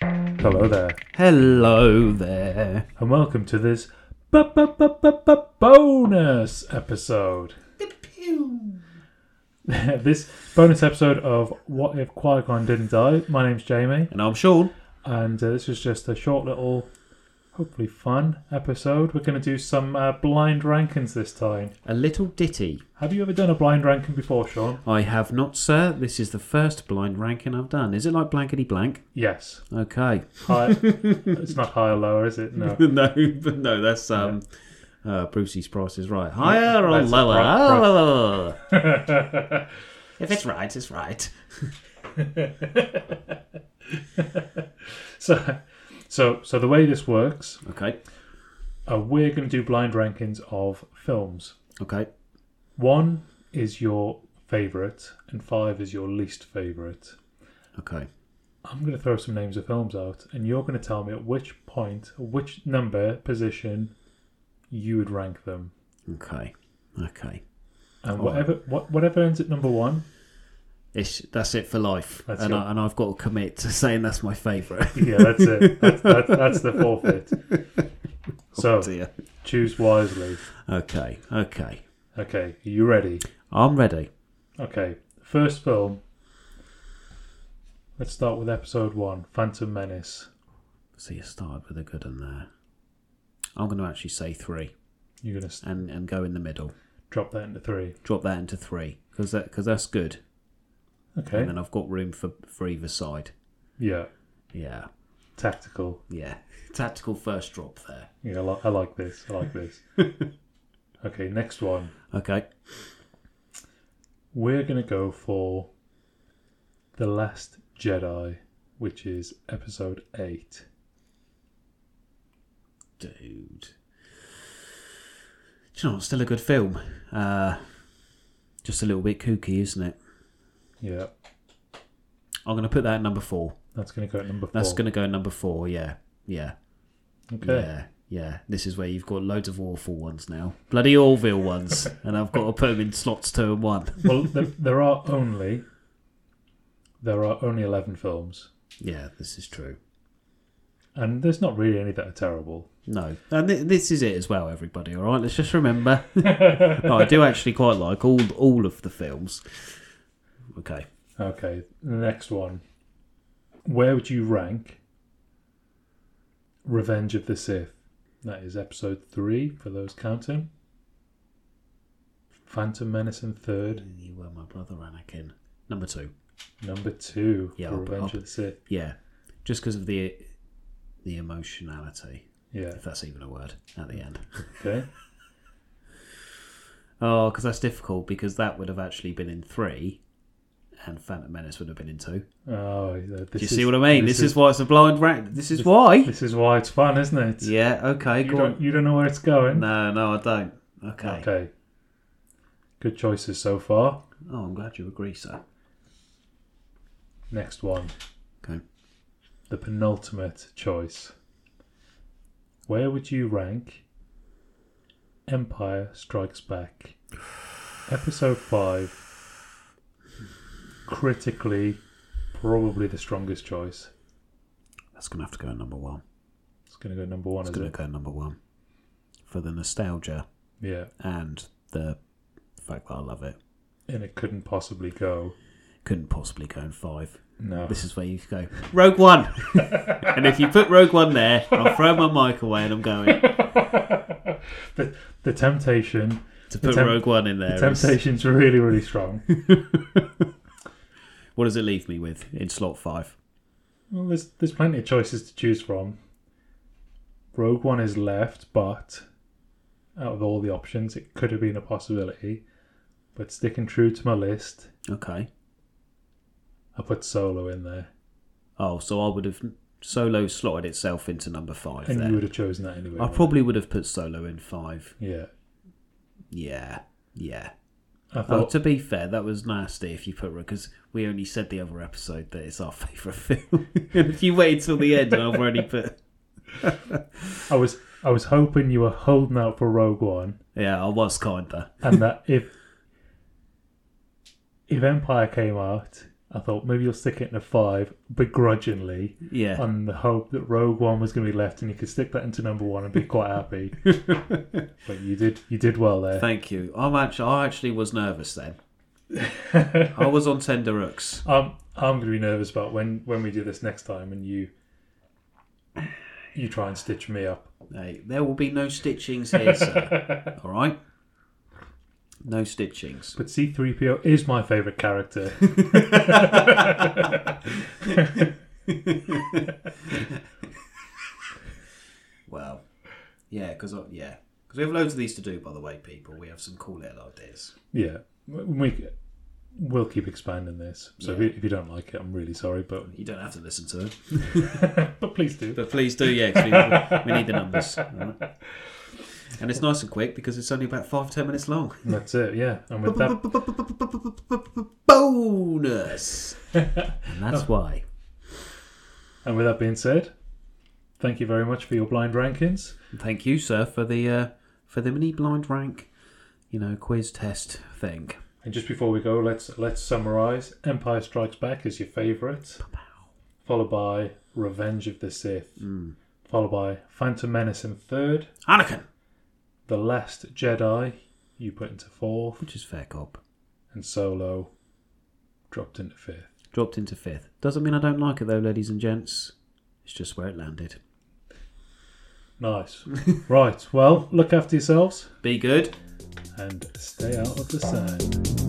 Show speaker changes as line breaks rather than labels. Hello there,
Hello there.
and welcome to this bu- bu- bu- bu- bu- bonus episode. this bonus episode of What If Qui-Gon Didn't Die. My name's Jamie,
And I'm Sean.
and uh, this is just a short little, hopefully fun episode. We're going to do some uh, blind rankings this time.
A little ditty.
Have you ever done a blind ranking before, Sean?
I have not, sir. This is the first blind ranking I've done. Is it like blankety blank?
Yes.
Okay.
High, it's not high or lower, is it? No.
no, but no, that's um, uh, Brucey's price is right. Higher or
That's
lower?
right,
if it's right, it's right.
So, so, so the way this works
Okay.
Uh, we're going to do blind rankings of films.
Okay.
One is your favourite, and five is your least favourite.
Okay.
I'm going to throw some names of films out, and you're going to tell me at which point, which number, position you would rank them.
Okay. Okay.
And whatever what, whatever ends at number one,
It's, that's it for life.
That's
and,
your-
I, and I've got to commit to saying that's my favourite.
yeah, that's it. That's, that, that's the forfeit. So
Oh, Dear.
choose wisely.
Okay. Okay.
Okay, are you ready?
I'm ready.
Okay, first film. Let's start with episode one Phantom Menace.
So you started with a good one there. I'm going to actually say three
You're going to
and, and go in the middle.
drop that into three.
Drop that into three because that, cause that's good.
Okay.
And then I've got room for, for either side.
yeah.
Yeah,
Tactical.
yeah. Tactical first drop there.
Yeah, I, li- I like this. I like this. okay, next one.
Okay.
We're going to go for The Last Jedi, which is episode eight.
Dude. Do you know, it's still a good film. Uh, just a little bit kooky, isn't it?
Yeah.
I'm going to put that at number four.
That's going to go at number four.
That's going to go at number four, yeah. Yeah.
Okay.
Yeah, yeah. This is where you've got loads of awful ones now. Bloody Orville ones. and I've got to put them in slots two and one.
well, there, there are only. There are only 11 films.
Yeah, this is true.
And there's not really any that are terrible.
No. And th- this is it as well, everybody, all right? Let's just remember. No, I do actually quite like all all of the films. Okay.
Okay, the next one. Where would you rank Revenge of the Sith? That is episode three for those counting. Phantom Menace in third,
You were my brother, Anakin. Number two.
number two
Yeah,
for
I'll put-
Revenge
I'll
of the Sith.
Yeah. Just because of the the emotionality,
Yeah,
if that's even a word, at the end.
okay.
Oh, because that's difficult because that would have actually been in three, and Phantom Menace would have been in two.
Oh, yeah, this
Do you
is,
see what I mean? This, is, why it's a blind rank. This is why.
this is why it's fun, isn't it?
Yeah. Okay.
You
go
don't
on.
you don't know where it's going.
No, no, I don't. Okay.
Okay. Good choices so far.
Oh, I'm glad you agree, sir.
Next one.
Okay.
the penultimate choice. Where would you rank Empire Strikes Back? Episode 5. Critically, probably the strongest choice.
That's gonna have to go at number one.
It's going to go number one,
It's
is
gonna
it?
go at number one for the nostalgia
Yeah.
and the fact that I love it.
And it couldn't possibly go.
Couldn't possibly go in five.
No.
This is where you go Rogue One, and if you put Rogue One there, I'll throw my mic away and I'm going
the, the temptation,
to put
temp-
Rogue One in
the
there. is-
temptation's really, really strong.
What does it leave me with in slot five?
Well, there's there's plenty of choices to choose from. Rogue One is left, but out of all the options, it could have been a possibility. But sticking true to my list,
Okay.
I put Solo in there,
Oh, so I would have solo slotted itself into number five
and you
there.
would have chosen that anyway.
I
right?
probably would have put solo in five.
yeah.
Yeah, yeah.
I
Oh,
thought
to be fair, that was nasty if you put because we only said the other episode that it's our favourite film. And if you wait till the end, and I've already put
I was I was hoping you were holding out for Rogue One,
yeah, I was kinda.
and that if if Empire came out, I thought maybe you'll stick it in a five begrudgingly
Yeah.
on the hope that Rogue One was going to be left and you could stick that into number one and be quite happy. but you did you did well there.
Thank you. I'm actually, I actually was nervous then. I was on tender hooks.
Um, I'm going to be nervous about when when we do this next time and you you try and stitch me up.
Hey, there will be no stitchings here, sir. All right? No stitchings.
But C3PO is my favorite character.
Well, yeah, because yeah, because we have loads of these to do. By the way, people, we have some cool little ideas.
yeah. We we'll keep expanding this. So if, you, if you don't like it, I'm really sorry, but
You don't have to listen to them,
but please do.
but please do. Yeah, 'cause we, we need the numbers, all right? and it's nice and quick because it's only about five ten minutes long.
That's it, yeah. And with that
Bonus, Oh. and that's why.
and with that being said, thank you very much for your blind rankings.
Thank you, sir, for the uh, for the mini blind rank, you know, quiz test thing.
And just before we go, let's let's summarize Empire Strikes Back as your favorite, followed by Revenge of the Sith,
Mm.
followed by Phantom Menace in third,
Anakin,
The Last Jedi you put into fourth,
which is fair cop,
and Solo dropped into fifth.
dropped into fifth. Doesn't mean I don't like it though, ladies and gents. It's just where it landed.
Nice. right. Well, look after yourselves
Be good.
and stay out of the sand.